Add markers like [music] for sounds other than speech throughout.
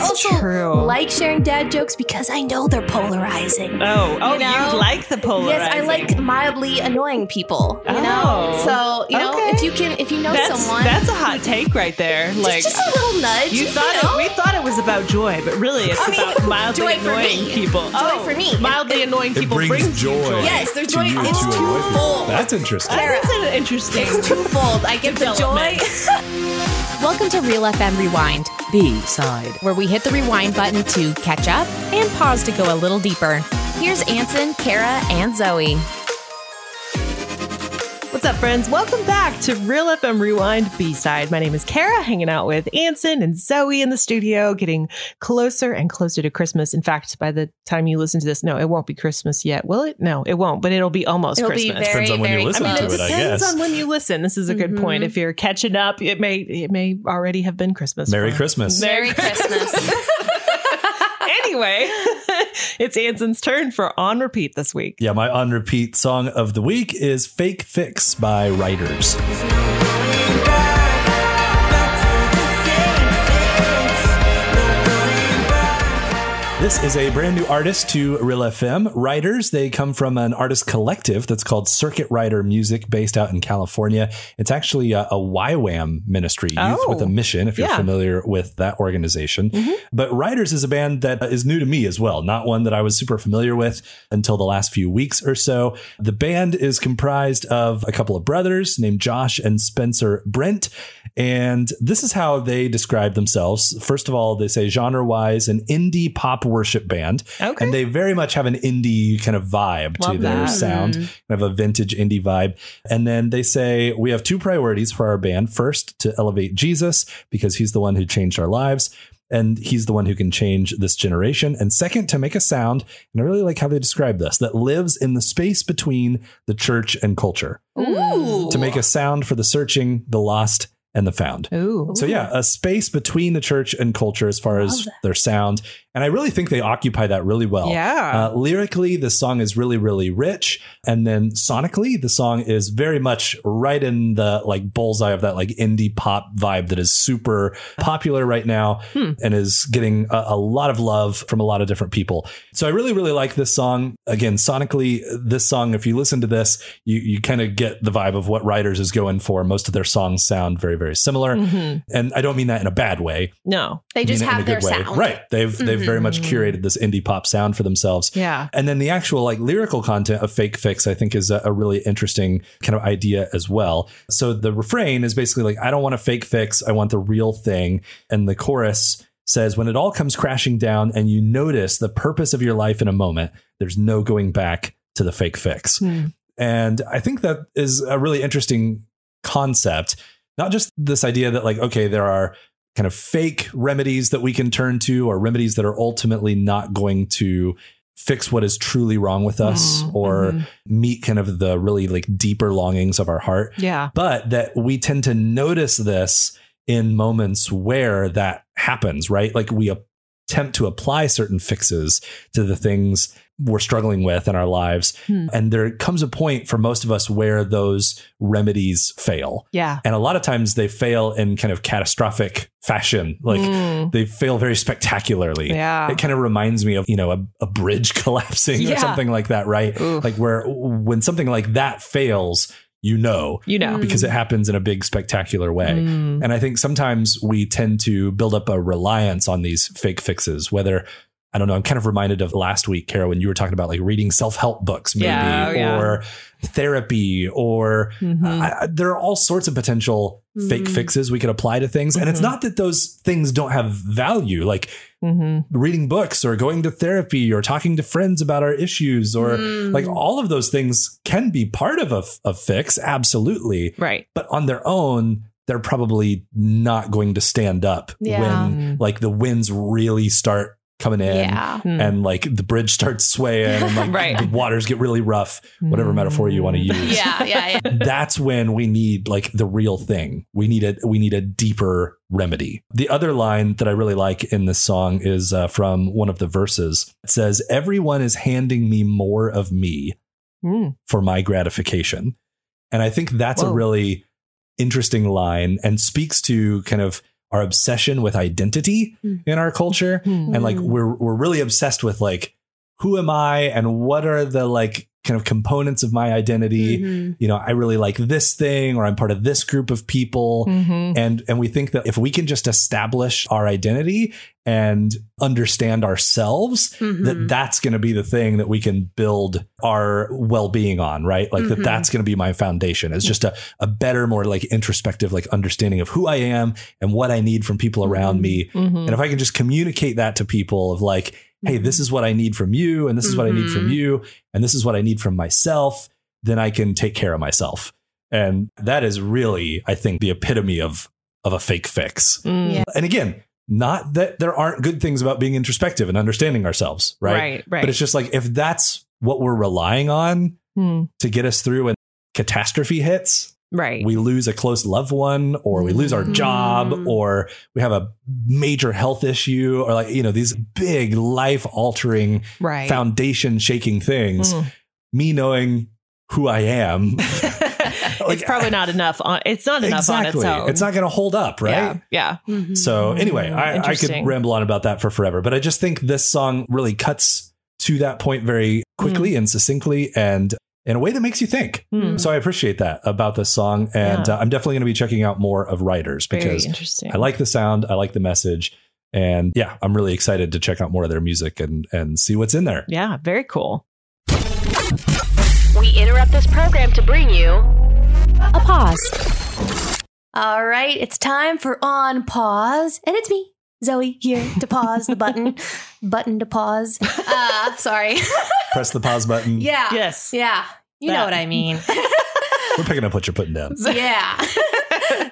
also true. like sharing dad jokes because I know they're polarizing. Oh, oh, you, know? like the polarizing. Yes, I like mildly annoying people. You know, Oh, so you know okay. if you can, if you know that's, someone, That's a hot take right there. Like just a little nudge. you thought know? it, we thought it was about joy, but really it's I mean, [laughs] about mildly joy for annoying me. people. Joy oh, for me. Mildly annoying It people brings you joy. Yes, they're to joy. you and It's to a white people. twofold. That's interesting. Sarah. That's an interesting. It's twofold. I get the joy. Development. Welcome to Real FM Rewind, B side. where we hit the rewind button to catch up and pause to go a little deeper. Here's Anson, Kara, and Zoe. What's up, friends? Welcome back to Real FM Rewind B side. My name is Kara, hanging out with Anson and Zoe in the studio, getting closer and closer to Christmas. In fact, by the time you listen to this, no, it won't be Christmas yet, will it? No, it won't, but it'll be almost It'll be Christmas. very, Depends on when you very listen close. to it, I depends guess. on when you listen. This is a good point. If you're catching up, it may it may already have been Christmas. Merry for- Christmas. Merry Christmas. [laughs] anyway, [laughs] it's Anson's turn for on repeat this week. Yeah, my on repeat song of the week is Fake Fix by Writers. This is a brand new artist to Real FM. Writers, they come from an artist collective that's called Circuit Rider Music, based out in California. It's actually a, a YWAM ministry, Youth Oh. with a Mission, if you're Yeah. familiar with that organization. But Writers is a band that is new to me as well, not one that I was super familiar with until the last few weeks or so. The band is comprised of a couple of brothers named Josh and Spencer Brent. And this is how they describe themselves. First of all, they say genre wise, an indie pop worship band. Okay. And they very much have an indie kind of vibe to Love their that. Mm-hmm. sound, kind of a vintage indie vibe. And then they say, We have two priorities for our band. First, to elevate Jesus, because he's the one who changed our lives. And he's the one who can change this generation. And second, to make a sound, and I really like how they describe this, that lives in the space between the church and culture, [laughs] Ooh. to make a sound for the searching, the lost, and the found. Ooh. So yeah, a space between the church and culture as far as their sound, and I really think they occupy that really well. Yeah. Uh, lyrically, the song is really, really rich, and then sonically, the song is very much right in the like bullseye of that like indie pop vibe that is super popular right now Hmm. and is getting a, a lot of love from a lot of different people. So I really, really like this song. Again, sonically, this song, if you listen to this, you, you kind of get the vibe of what Riders is going for. Most of their songs sound very, very similar. And I don't mean that in a bad way. Mm-hmm. No. Hmm. They I mean just it in a have their good way. sound. Mm-hmm. Right. They've they've very much curated this indie pop sound for themselves. Yeah. And then the actual like lyrical content of Fake Fix, I think, is a, a really interesting kind of idea as well. So the refrain is basically like, I don't want a fake fix. I want the real thing. And the chorus says, when it all comes crashing down and you notice the purpose of your life in a moment, there's no going back to the fake fix. And I think that is a really interesting concept. Not just this idea that, like, okay, there are kind of fake remedies that we can turn to or remedies that are ultimately not going to fix what is truly wrong with us Mm-hmm. or meet kind of the really like deeper longings of our heart Yeah. but that we tend to notice this in moments where that happens, right? Like we attempt to apply certain fixes to the things we're struggling with in our lives. Hmm. And there comes a point for most of us where those remedies fail. Yeah. And a lot of times they fail in kind of catastrophic fashion. Like Mm. they fail very spectacularly. Yeah. It kind of reminds me of, you know, a, a bridge [laughs] collapsing or Yeah. something like that, right? Oof. Like where when something like that fails, you know you know. because it happens in a big spectacular way. Mm. And I think sometimes we tend to build up a reliance on these fake fixes, whether I don't know, I'm kind of reminded of last week, Kara, when you were talking about like reading self-help books maybe Yeah, oh, yeah. or therapy or Mm-hmm. I- I- there are all sorts of potential fake fixes we could apply to things. And it's Mm-hmm. not that those things don't have value. Like Mm-hmm. reading books or going to therapy or talking to friends about our issues or like Mm. all of those things can be part of a, f- a fix absolutely Right. but on their own they're probably not going to stand up Yeah. when like the winds really start coming in Yeah. Mm. and like the bridge starts swaying [laughs] and like Right. the waters get really rough whatever metaphor you want to Mm-hmm. use Yeah. [laughs] Yeah. yeah. that's when we need like the real thing. We need a we need a deeper remedy. The other line that I really like in this song is uh, from one of the verses. It says, "Everyone is handing me more of me Mm. for my gratification," and I think that's Whoa. a really interesting line and speaks to kind of. our obsession with identity Mm. in our culture Mm-hmm. and like we're we're really obsessed with like who am I and what are the like kind of components of my identity Mm-hmm. you know I really like this thing or I'm part of this group of people Mhm. and and we think that if we can just establish our identity and understand ourselves Mm-hmm, that that's going to be the thing that we can build our well-being on right like that Mhm. that's going to be my foundation it's just a, a better more like introspective like understanding of who i am and what i need from people around me Mhm. and if i can just communicate that to people of like hey this is what i need from you and this is what i need from Mhm. you and this is what i need from myself then i can take care of myself and that is really i think the epitome of of a fake fix Mm. Yeah. and again not that there aren't good things about being introspective and understanding ourselves right Right. Right. but it's just like if that's what we're relying on Mm. to get us through when catastrophe hits, Right. we lose a close loved one or we lose our Mm. job or we have a major health issue or like, you know, these big life altering, right. foundation shaking things. Mm. Me knowing who I am. [laughs] it's probably not enough on it's not [laughs] enough exactly. on its own. It's not going to hold up, right? Yeah. yeah. mm-hmm. So Mm, anyway, I, I could interesting. ramble on about that for forever, but I just think this song really cuts to that point very quickly Hmm. and succinctly and in a way that makes you think. Mm. So I appreciate that about this song. And Yeah. uh, I'm definitely going to be checking out more of Riders Very because interesting. I like the sound. I like the message. And yeah, I'm really excited to check out more of their music and, and see what's [laughs] in there. Yeah, very cool. We interrupt this program to bring you. A pause. All right, it's time for on pause, and it's me, Zoe, here to pause the [laughs] button, button to pause. Uh, sorry. [laughs] Press the pause button. Yeah. Yes. Ah, Yeah. You know what I mean. We're picking up what you're [laughs] putting down. yeah.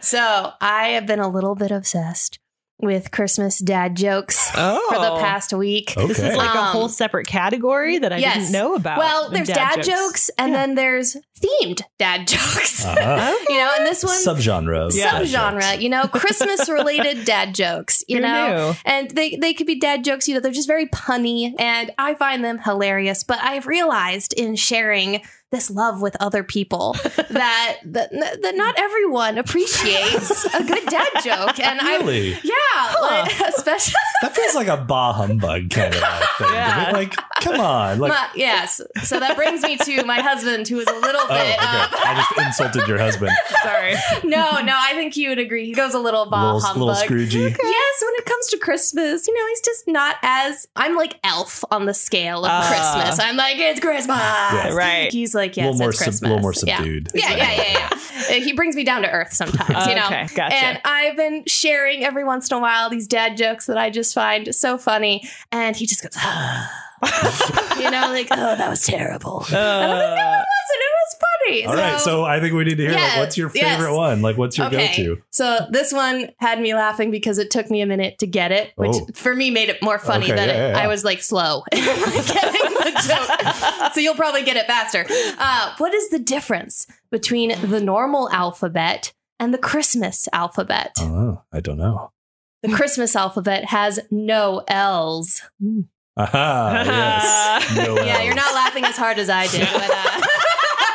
so I have been a little bit obsessed with Christmas dad jokes Oh. for the past week. Okay. This is like a Um, whole separate category that I yes. didn't know about. Well, in there's dad, jokes. and Yeah. Oh, then there's themed dad [laughs] jokes. Uh-huh. [laughs] [laughs] You know, and this one Subgenre. of dad subgenre, jokes. you know, [laughs] Christmas related dad jokes, you Who know. knew? And they, they could be dad jokes, you know, they're just very punny and I find them hilarious. But I've realized in sharing this love with other [laughs] people that, that that not everyone appreciates a good dad joke. And I Really? yeah, like, especially That feels like a bah humbug kind of thing. Yeah. Like, come on. [laughs] Like, my- [laughs] yes. So that brings me to my husband who is a little bit oh, okay. uh, [laughs] I just insulted your husband. Sorry. No, no, I think you would agree. He goes a little [laughs] bah little, humbug. little Scroogey. Yes, when it comes to Christmas, you know, he's just not as I'm like elf on the scale of Ah. Christmas. I'm like, it's Christmas. Right. He's like, a yes, little more, it's sub- Christmas. little more Yeah. subdued. Yeah, yeah, yeah, yeah. Uh, he brings me down to earth sometimes, you know. Okay, gotcha. And I've been sharing every once in a while these dad jokes that I just find so funny, and he just goes, [laughs] you know, like, oh, that was terrible. And Uh, I'm like, no, it [laughs] wasn't. It was funny. All right, so I think we need to hear like Yeah, what's your yes. favorite one? Like what's your go-to? So this one had me laughing because it took me a minute to get it, which Oh. for me made it more funny Okay, that yeah, it, yeah, yeah. I was like slow [laughs] in getting the joke. so you'll probably get it faster. Uh, what is the difference between the normal alphabet and the Christmas alphabet? Oh, I don't know. The Christmas alphabet has no L's. Aha, [laughs] Ah, yes. No Yeah, L's. you're not laughing as hard as I did. But, uh,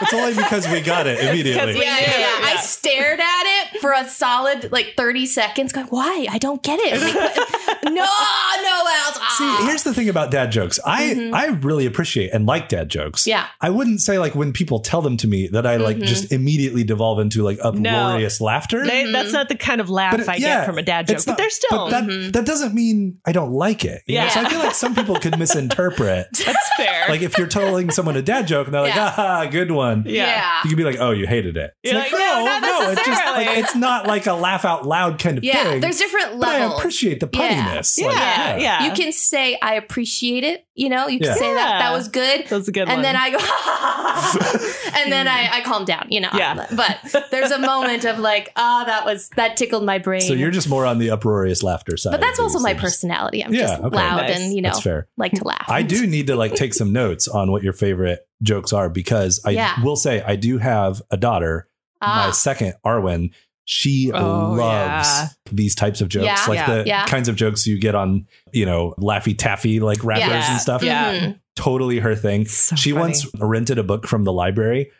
It's only because we [laughs] got it immediately. we- yeah, yeah, knew yeah. it, I yeah. stared at it for a solid like 30 seconds, going, why? I don't get it. [laughs] Like, no, no else. See, Ah. here's the thing about dad jokes. I Mhm. I really appreciate and like dad jokes. yeah. I wouldn't say like when people tell them to me that I like Mhm. just immediately devolve into like uproarious [laughs] laughter. they- that's not the kind of laugh But it- I yeah, get from a dad joke, It's but not- they're still. mm-hmm. But that, Mhm. that doesn't mean I don't like it. you know? Yeah. So I feel like some people could misinterpret. [laughs] [laughs] that's fair. like if you're telling someone a dad joke and they're like, Yeah. ah, good one. Yeah. Yeah. You could be like, oh, you hated it. It's You're like, like, no, not it's just like necessarily. it's not like a laugh out loud kind of Yeah. thing. There's different but I levels. appreciate the Yeah. punniness. yeah, Like, yeah, You can say, I appreciate it. You know, you can Yeah. say that Yeah. that was good. That was a good and one. then I go, [laughs] and then I, I calm down, you know. Yeah. [laughs] But there's a moment of like, ah, that was, that tickled my brain. So you're just more on the uproarious laughter side. but that's of also these my things. personality. I'm Yeah, just okay. loud Nice. and, you know, That's fair. like to laugh. [laughs] I do need to like take some notes on what your favorite jokes are because I Yeah. will say I do have a daughter my Ah. second Arwen, she Oh, loves yeah. these types of jokes, Yeah, like yeah, the yeah. kinds of jokes you get on, you know, Laffy Taffy like rappers Yeah, and stuff. yeah. Mhm. Totally her thing. It's so she funny. once rented a book from the library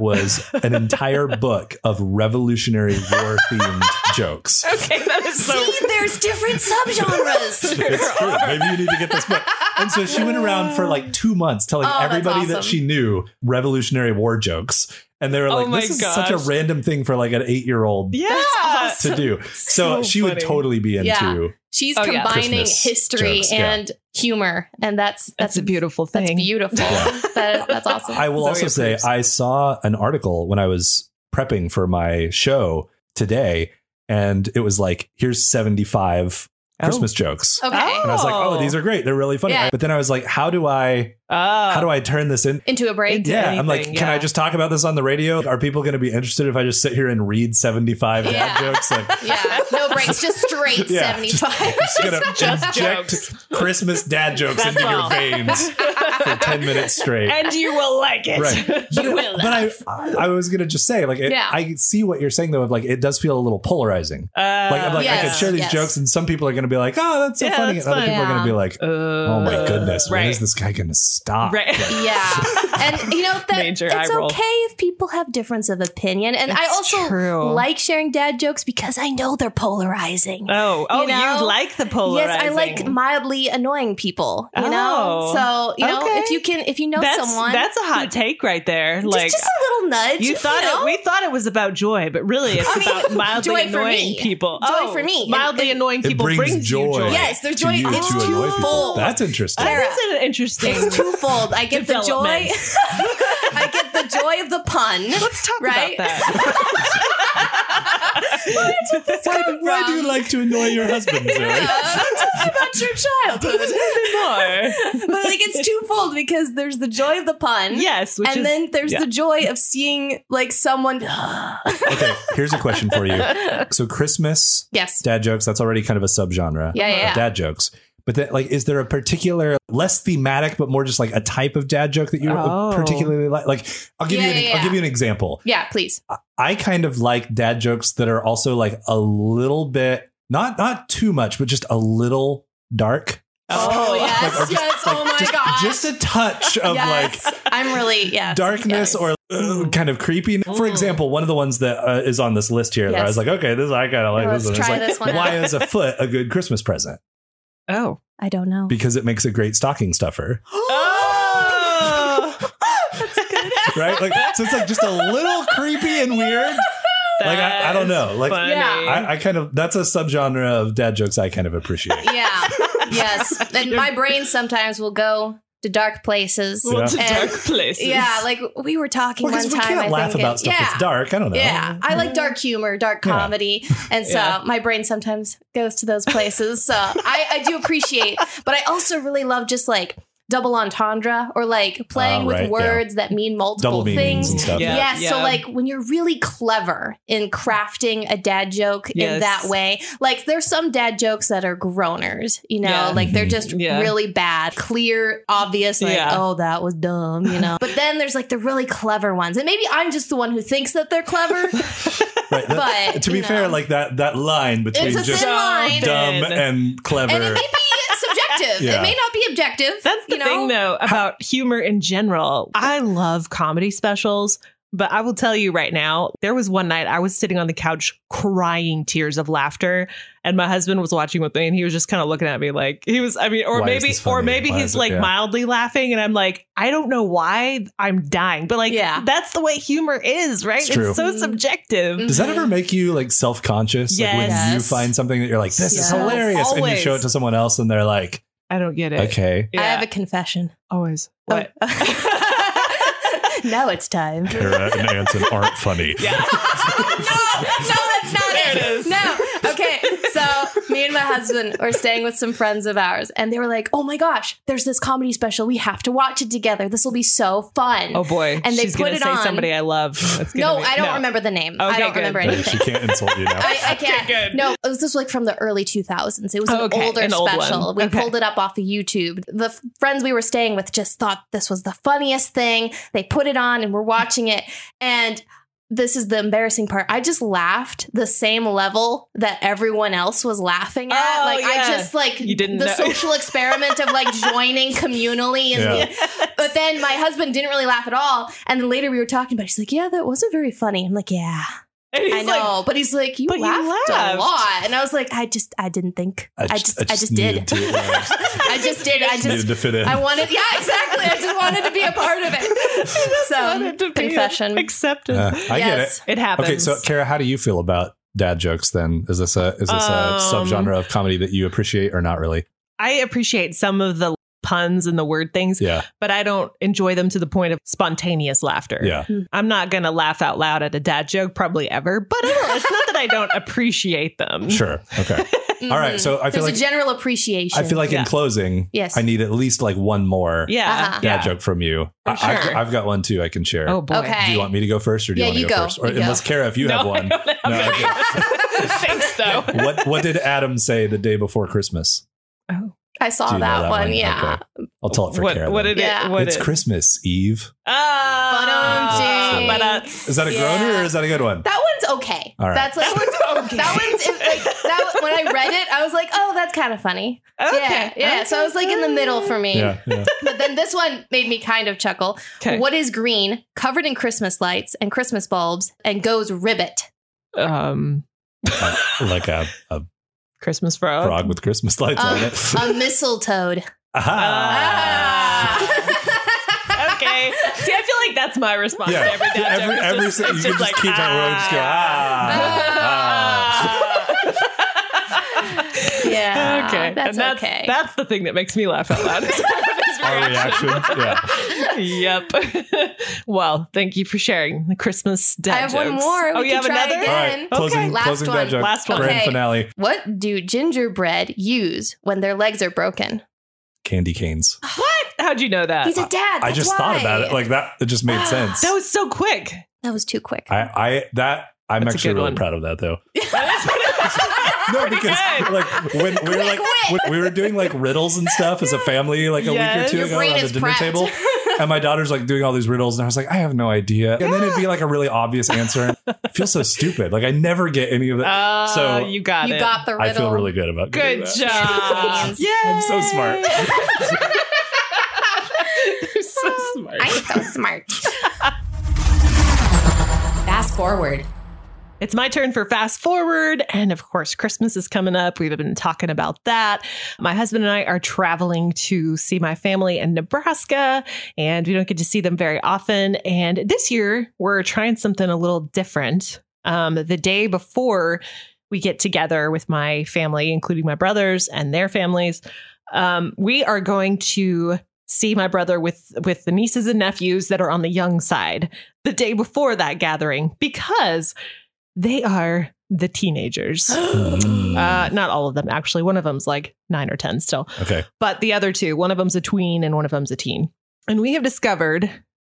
[laughs] was an entire book of Revolutionary War [laughs] themed jokes. Okay, that is so. See, there's different [laughs] subgenres. [laughs] It's true. Maybe you need to get this book. And so she went around for like two months telling Oh, that's everybody that awesome. she knew Revolutionary War jokes. And they were Oh like, my this is such a gosh. random thing for like an eight year old Yeah. That's to do. So, So she would funny. totally be into. Yeah. She's Oh, yeah. combining Christmas history jokes, yeah. and humor, and that's that's That's a beautiful thing. that's beautiful. Yeah. That, that's awesome. I will Zoe also say approves. I saw an article when I was prepping for my show today, and it was like, here's 75 Oh. Christmas jokes. okay, And I was like, oh, these are great. They're really funny. Yeah. But then I was like, how do I Oh. how do I turn this in? into a break. Into- Yeah, I'm anything, like, can yeah. I just talk about this on the radio? Are people going to be interested if I just sit here and read 75 dad Yeah. jokes? Like, [laughs] Yeah, no breaks, just straight Yeah. seventy five. I'm [laughs] [laughs] just going to Just inject Christmas dad jokes That's into your all. veins for 10 minutes straight. [laughs] and you will like it. [laughs] Uh, Right. You will. But I, I was gonna just say, like, it, Yeah. I see what you're saying though. Of like, it does feel a little polarizing. Uh, Like, I'm like, I yes, could share these yes. jokes, and some people are gonna be like, "Oh, that's so Yeah, funny," that's and other fun. people are gonna be like, "Oh my uh, goodness, when right. is this Ah. guy gonna stop?" Right. Yeah. And you know that Major it's eye roll. okay if people have difference of opinion. And I It's also true. like sharing dad jokes because I know they're polarizing. [laughs] Oh, oh, you, know? like the polarizing. yes, I like mildly annoying people, you Oh. know? So, you know, Okay. if you can if you know that's, someone That's a hot take right there. just, Like just a little nudge. you thought know? it, we thought it was about joy, but really it's I mean, [laughs] about mildly joy for annoying me. people. Joy oh, for me. Mildly It- it- annoying It people brings, joy. you joy. Yes, their joy to you is to annoy people. twofold. That's interesting. I- That is an interesting. [laughs] it's twofold. I get the joy Development. [laughs] I get the joy of the pun. [laughs] Let's talk Right? [laughs] about that. why, come why do from? you like to annoy your husband, [laughs] Zoe? about your childhood. [laughs] More. but like it's twofold because there's the joy of the pun. [laughs] Yes, which and is then there's yeah. the joy of seeing like [gasps] someone. okay, here's a question for you. So, Christmas yes. dad jokes—that's already kind of a subgenre. Yeah, yeah, of yeah. dad jokes. But that, like, is there a particular less thematic, but more just like a type of dad joke that you Oh. particularly like? Like, I'll give Yeah, you, an, yeah, I'll give yeah. you an example. Yeah, please. I kind of like dad jokes that are also like a little bit, not not too much, but just a little dark. Oh, yes, [laughs] Like, or just- yes. oh my just, gosh. just a touch of yes. like I'm really yeah. darkness or uh, Mm. kind of creepy. For Mm. example, one of the ones that uh, is on this list here, that I Yes. was like, okay, this I kind of like Let's this one. It's try like, this one out. why is a foot a good Christmas present? Oh. I don't know. Because it makes a great stocking stuffer. [gasps] [gasps] Oh. right? Like, so it's like just a little creepy and weird. Like, I, I don't know. Like, Funny. Yeah. I, I kind of that's a subgenre of dad jokes I kind of [laughs] appreciate. yeah. Yes. And my brain sometimes will go to dark places. Well, to And- dark places. Yeah, like we were talking Because one we time. can't I laugh think, about and- stuff yeah. that's dark. I don't know. Yeah, I like dark humor, dark Yeah. comedy, and so Yeah. my brain sometimes goes to those places. So I, I do appreciate, but I also really love just like double entendre or like playing Ah, with right, yeah. words that mean multiple Double meanings things. and stuff. Yeah. Yes, so like when you're really clever in crafting a dad joke in Yes. that way, like there's some dad jokes that are groaners, you know, Yeah. like they're just Yeah. really bad, clear, obvious, like Yeah. oh that was dumb, you know. but then there's like the really clever ones, and maybe I'm just the one who thinks that they're clever. Right. That- But, to be you fair, know. like that that line between It's a just thin line. dumb and clever. and it may be subjective. Yeah. It may not be objective. That's the you know? thing, though, about humor in general. I love comedy specials, but I will tell you right now, there was one night I was sitting on the couch crying tears of laughter, and my husband was watching with me, and he was just kind of looking at me like he was. I mean, or Why is maybe, this funny? or maybe Why he's is it- like yeah. mildly laughing, and I'm like, I don't know why I'm dying, but like, Yeah. that's the way humor is, right? It's true. so Mhm. subjective. Does that ever make you like self conscious? Like when you Yes. find something that you're like, this is Yes. hilarious, and you Always. show it to someone else, and they're like, I don't get it. okay, I Yeah. have a confession. [laughs] always what. Oh. now it's time. no, Kara and Anson aren't funny. Yeah. no, that's not it. There it is. No. Okay. So me and my husband were staying with some friends of ours, and they were like, "Oh my gosh, there's this comedy special. We have to watch it together. This will be so fun." Oh boy. And they She's put gonna it say on. somebody I love. It's gonna no, be- I don't remember the name. I Okay, don't good. remember Right, [laughs] anything. she can't insult you now. I, I can't. good. Oh, No, it was this was like from the early 2000s. It was an Okay, older an old special. one. We Okay. pulled it up off of YouTube. The f- friends we were staying with just thought this was the funniest thing. They put it on and we're watching it. And this is the embarrassing part. I just laughed the same level that everyone else was laughing at. Oh, like yeah. I just like You didn't the know. social experiment of [laughs] like joining communally and Yeah. [laughs] but then my husband didn't really laugh at all. And then later we were talking about it. He's like, Yeah, that wasn't very funny. I'm like, Yeah, And he's I know. but he's like, You "But you laughed, laughed." a lot. And I was like, I just I didn't think. I, just I just, needed did. To, yeah, [laughs] I just did. I I just just [laughs] needed to fit in. I wanted yeah, exactly. I just wanted to be a part [laughs] of it. wanted to So be confession. accepted. Yeah, [laughs] I get it. yes. It happens. Okay, so Kara, how do you feel about dad jokes? Then is this a is this a Um, subgenre of comedy that you appreciate or not really? I appreciate some of the puns and the word things, Yeah, but I don't enjoy them to the point of spontaneous laughter. yeah. I'm not going to laugh out loud at a dad joke probably ever, but I don't, it's not that I don't appreciate them. Sure. [laughs] Okay. Mhm. All right. So Mm-hmm. I feel There's like a general appreciation. I feel like Yeah. in closing, Yes. I need at least like one more Yeah. Uh-huh. yeah. dad joke from you. For I, I've- sure. I've, got one too. I can share. Oh boy. Okay. Do you want me to go first, or do Yeah, you want you to go, go. first? Or You go. unless Kara, if you have No, [laughs] one. I don't have No, any. [laughs] Thanks, though. what What did Adam say the day before Christmas? Oh, I Do saw you know that, that one. one? Yeah. [laughs] I'll tell it for what, Kara. What then. did Yeah. it? What it's it- Christmas Eve. Ah, Ba-dum-ding. ba-da-ts. Is that a groaner Yeah. or is that a good one? That one's okay. All right. That's [laughs] like that one's okay. That one's it's like that. When I read it, I was like, oh, that's kind of funny. Yeah, yeah. So I was like in the middle for me. yeah, [laughs] yeah. But then this one made me kind of chuckle. Okay. What is green, covered in Christmas lights and Christmas bulbs, and goes ribbit? Um, Uh, like a, a Christmas frog. frog with Christmas lights on Um, it. uh, [laughs] [laughs] a mistletoad. Aha. Ah. okay. See, I feel like that's my response Yeah. to uh, every Yeah, dad every- joke. every It's si- it's you can just keep that road, just go, "Ah." ah. ah, [laughs] Yeah, [laughs] okay. that's and that's, okay. That's the thing that makes me laugh [laughs] out loud. is his ah. [laughs] Our reaction. reactions, yep. [laughs] well, thank you for sharing the Christmas dad I have one jokes. more. Oh, We you have can try another? again. All right, Okay, closing, last closing one. that joke. Last one. Grand Okay. finale. What do gingerbread use when their legs are broken? Candy canes. What? How'd you know that? He's a dad. I that's just thought why. about it like that. It just made [gasps] Wow. sense. that was so quick. that was too [laughs] [laughs] quick. I, I that I'm That's a actually good really one. proud of that though. no, Pretty because good. like when we were like when we were doing like riddles and stuff as a family like a week Yes. or two Your ago brain around the is dinner prepped. table, and my daughter's like doing all these riddles, and I was like, I have no idea, and then it'd be like a really obvious answer. I feel so stupid. Like I never get any of that. Oh, So- you got you it. got the riddle. I feel really good about Good doing that. job. James. Yay. [laughs] I'm so smart. You're so smart. I'm so [laughs] smart. Fast forward. It's my turn for fast forward. And of course, Christmas is coming up. We've been talking about that. My husband and I are traveling to see my family in Nebraska, and we don't get to see them very often. And this year, we're trying something a little different. Um, the day before we get together with my family, including my brothers and their families, um, we are going to see my brother with with the nieces and nephews that are on the young side the day before that gathering because they are the teenagers. Mm. Uh, not all of them, actually. One of them's like nine or 10 still, okay. but the other two, one of them's a tween and one of them's a teen. And we have discovered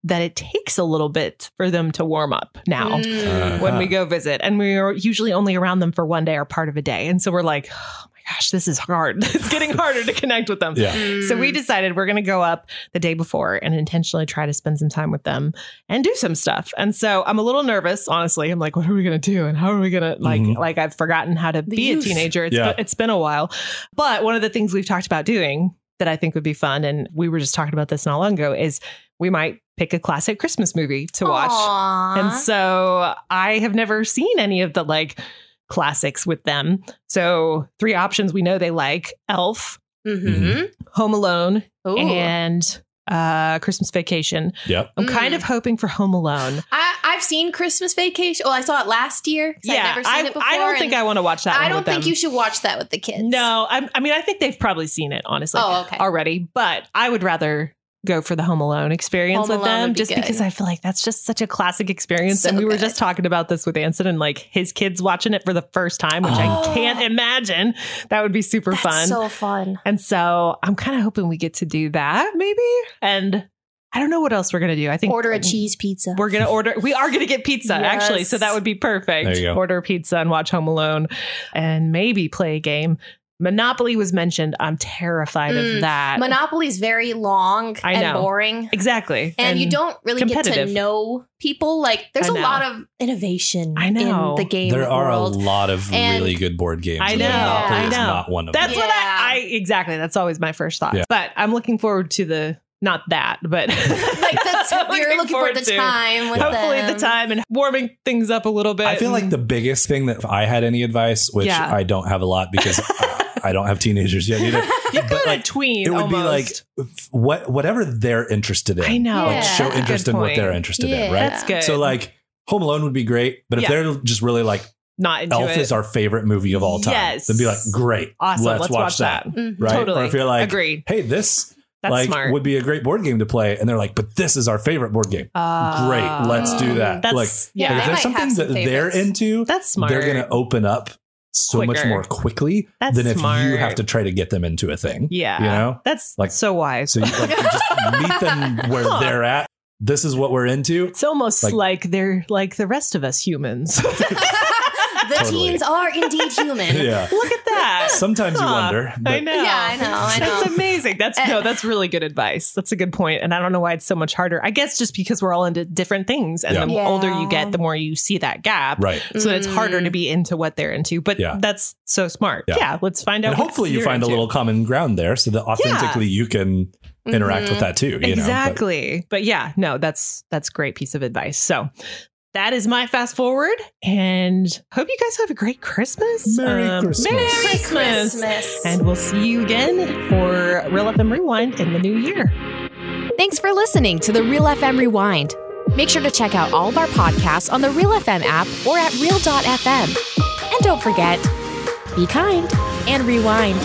that it takes a little bit for them to warm up now Uh, Mm. when we go visit. And we are usually only around them for one day or part of a day. And so we're like, oh my gosh, this is hard. [laughs] it's getting harder to connect with them. Yeah. So Mm. we decided we're going to go up the day before and intentionally try to spend some time with them and do some stuff. And so I'm a little nervous, honestly. I'm like, what are we going to do? And how are we going to like, Mhm. like I've forgotten how to Mm-hmm. The be youth. a teenager. It's, Yeah. it's been a while. But one of the things we've talked about doing that I think would be fun, and we were just talking about this not long ago, is we might pick a classic Christmas movie to watch. Aw. And so I have never seen any of the like classics with them. So three options we know they like Elf, Mm-hmm. Mhm. Home Alone, Ooh. and uh Christmas Vacation. Yep. I'm Mm. kind of hoping for Home Alone. I, I've seen Christmas Vacation. Well, I saw it last year. 'cause I'd never seen I, it before. I don't think and I want to watch that. I one don't with think them. you should watch that with the kids. No, I, I mean I think they've probably seen it honestly Oh, okay. already, but I would rather go for the Home Alone experience Home with Alone them would be just good. because I feel like that's just such a classic experience. So and we were good. just talking about this with Anson and like his kids watching it for the first time, which Oh. I can't imagine. That would be super That's fun. so fun. And so I'm kind of hoping we get to do that maybe. And I don't know what else we're going to do. I think Order a cheese pizza. We're going to order, we are going to get pizza actually. So Yes. that would be perfect. There you go. Order pizza and watch Home Alone and maybe play a game. Monopoly was mentioned. I'm terrified of Mm, that. Monopoly's very long I and know. boring. exactly. And, you don't really get to competitive. know people. Like there's a I know. lot of innovation I in know. the game There are world. a lot of And- really good board games. I and know. Monopoly I is know. not one of That's them. what Yeah. I, I exactly. That's always my first thought. Yeah. But I'm looking forward to the not that, [laughs] [laughs] but like [laughs] that's I'm you're looking for the to time with Hopefully, them. the time and warming things up a little bit. Mm. I feel like the biggest thing that if I had any advice, which Yeah. I don't have a lot because [laughs] I, I don't have teenagers yet either. you but, go like, to tween. It would almost. be like f- what whatever they're interested in. I know. Like, show That's Show a good interest in what point. they're interested in, Yeah. right? That's good. So like Home Alone would be great, but if Yeah. they're just really like not into Elf it. is our favorite movie of all time, Yes. then be like, great, awesome. Let's, watch, that, Mhm. right? Totally. Or if you're like, agreed. hey, this That's like smart. would be a great board game to play, and they're like, but this is our favorite board game. Uh, great, let's do that. That's like, Yeah, yeah. if they might there's have something some that favorites. they're into, that's smart. they're going to open up so much Quicker. more quickly That's than if you smart. have to try to get them into a thing. Yeah. You know? That's Like- like so wise. So you, like, you [laughs] just meet them where Huh. they're at. This is what we're into. It's almost Like- like, they're like the rest of us humans. [laughs] Look the Totally. teens are indeed human. [laughs] Yeah. at that. Sometimes you Huh. wonder. [laughs] But I know. Yeah, I know, I know. Eh. That's amazing. That's no, that's really good advice. That's a good point. And I don't know why it's so much harder. I guess just because we're all into different things. And Yeah. the Yeah. older you get, the more you see that gap. Right. So it's harder Mm. to be into what they're into. But Yeah. that's so smart. Yeah. Yeah. let's find out. And what hopefully you you're find a into. little common ground there so that authentically you can Mm-hmm. interact Mm-hmm. with that too. You Know? But- exactly. but, yeah, no, that's that's great piece of advice. So that is my fast forward, and hope you guys have a great Christmas. Um, Merry Christmas. Merry Merry Christmas. Christmas. And we'll see you again for Real Up and Rewind in the new year. Thanks for listening to the Real FM Rewind. Make sure to check out all of our podcasts on the Real FM app or at Real.fm. And don't forget, be kind and rewind.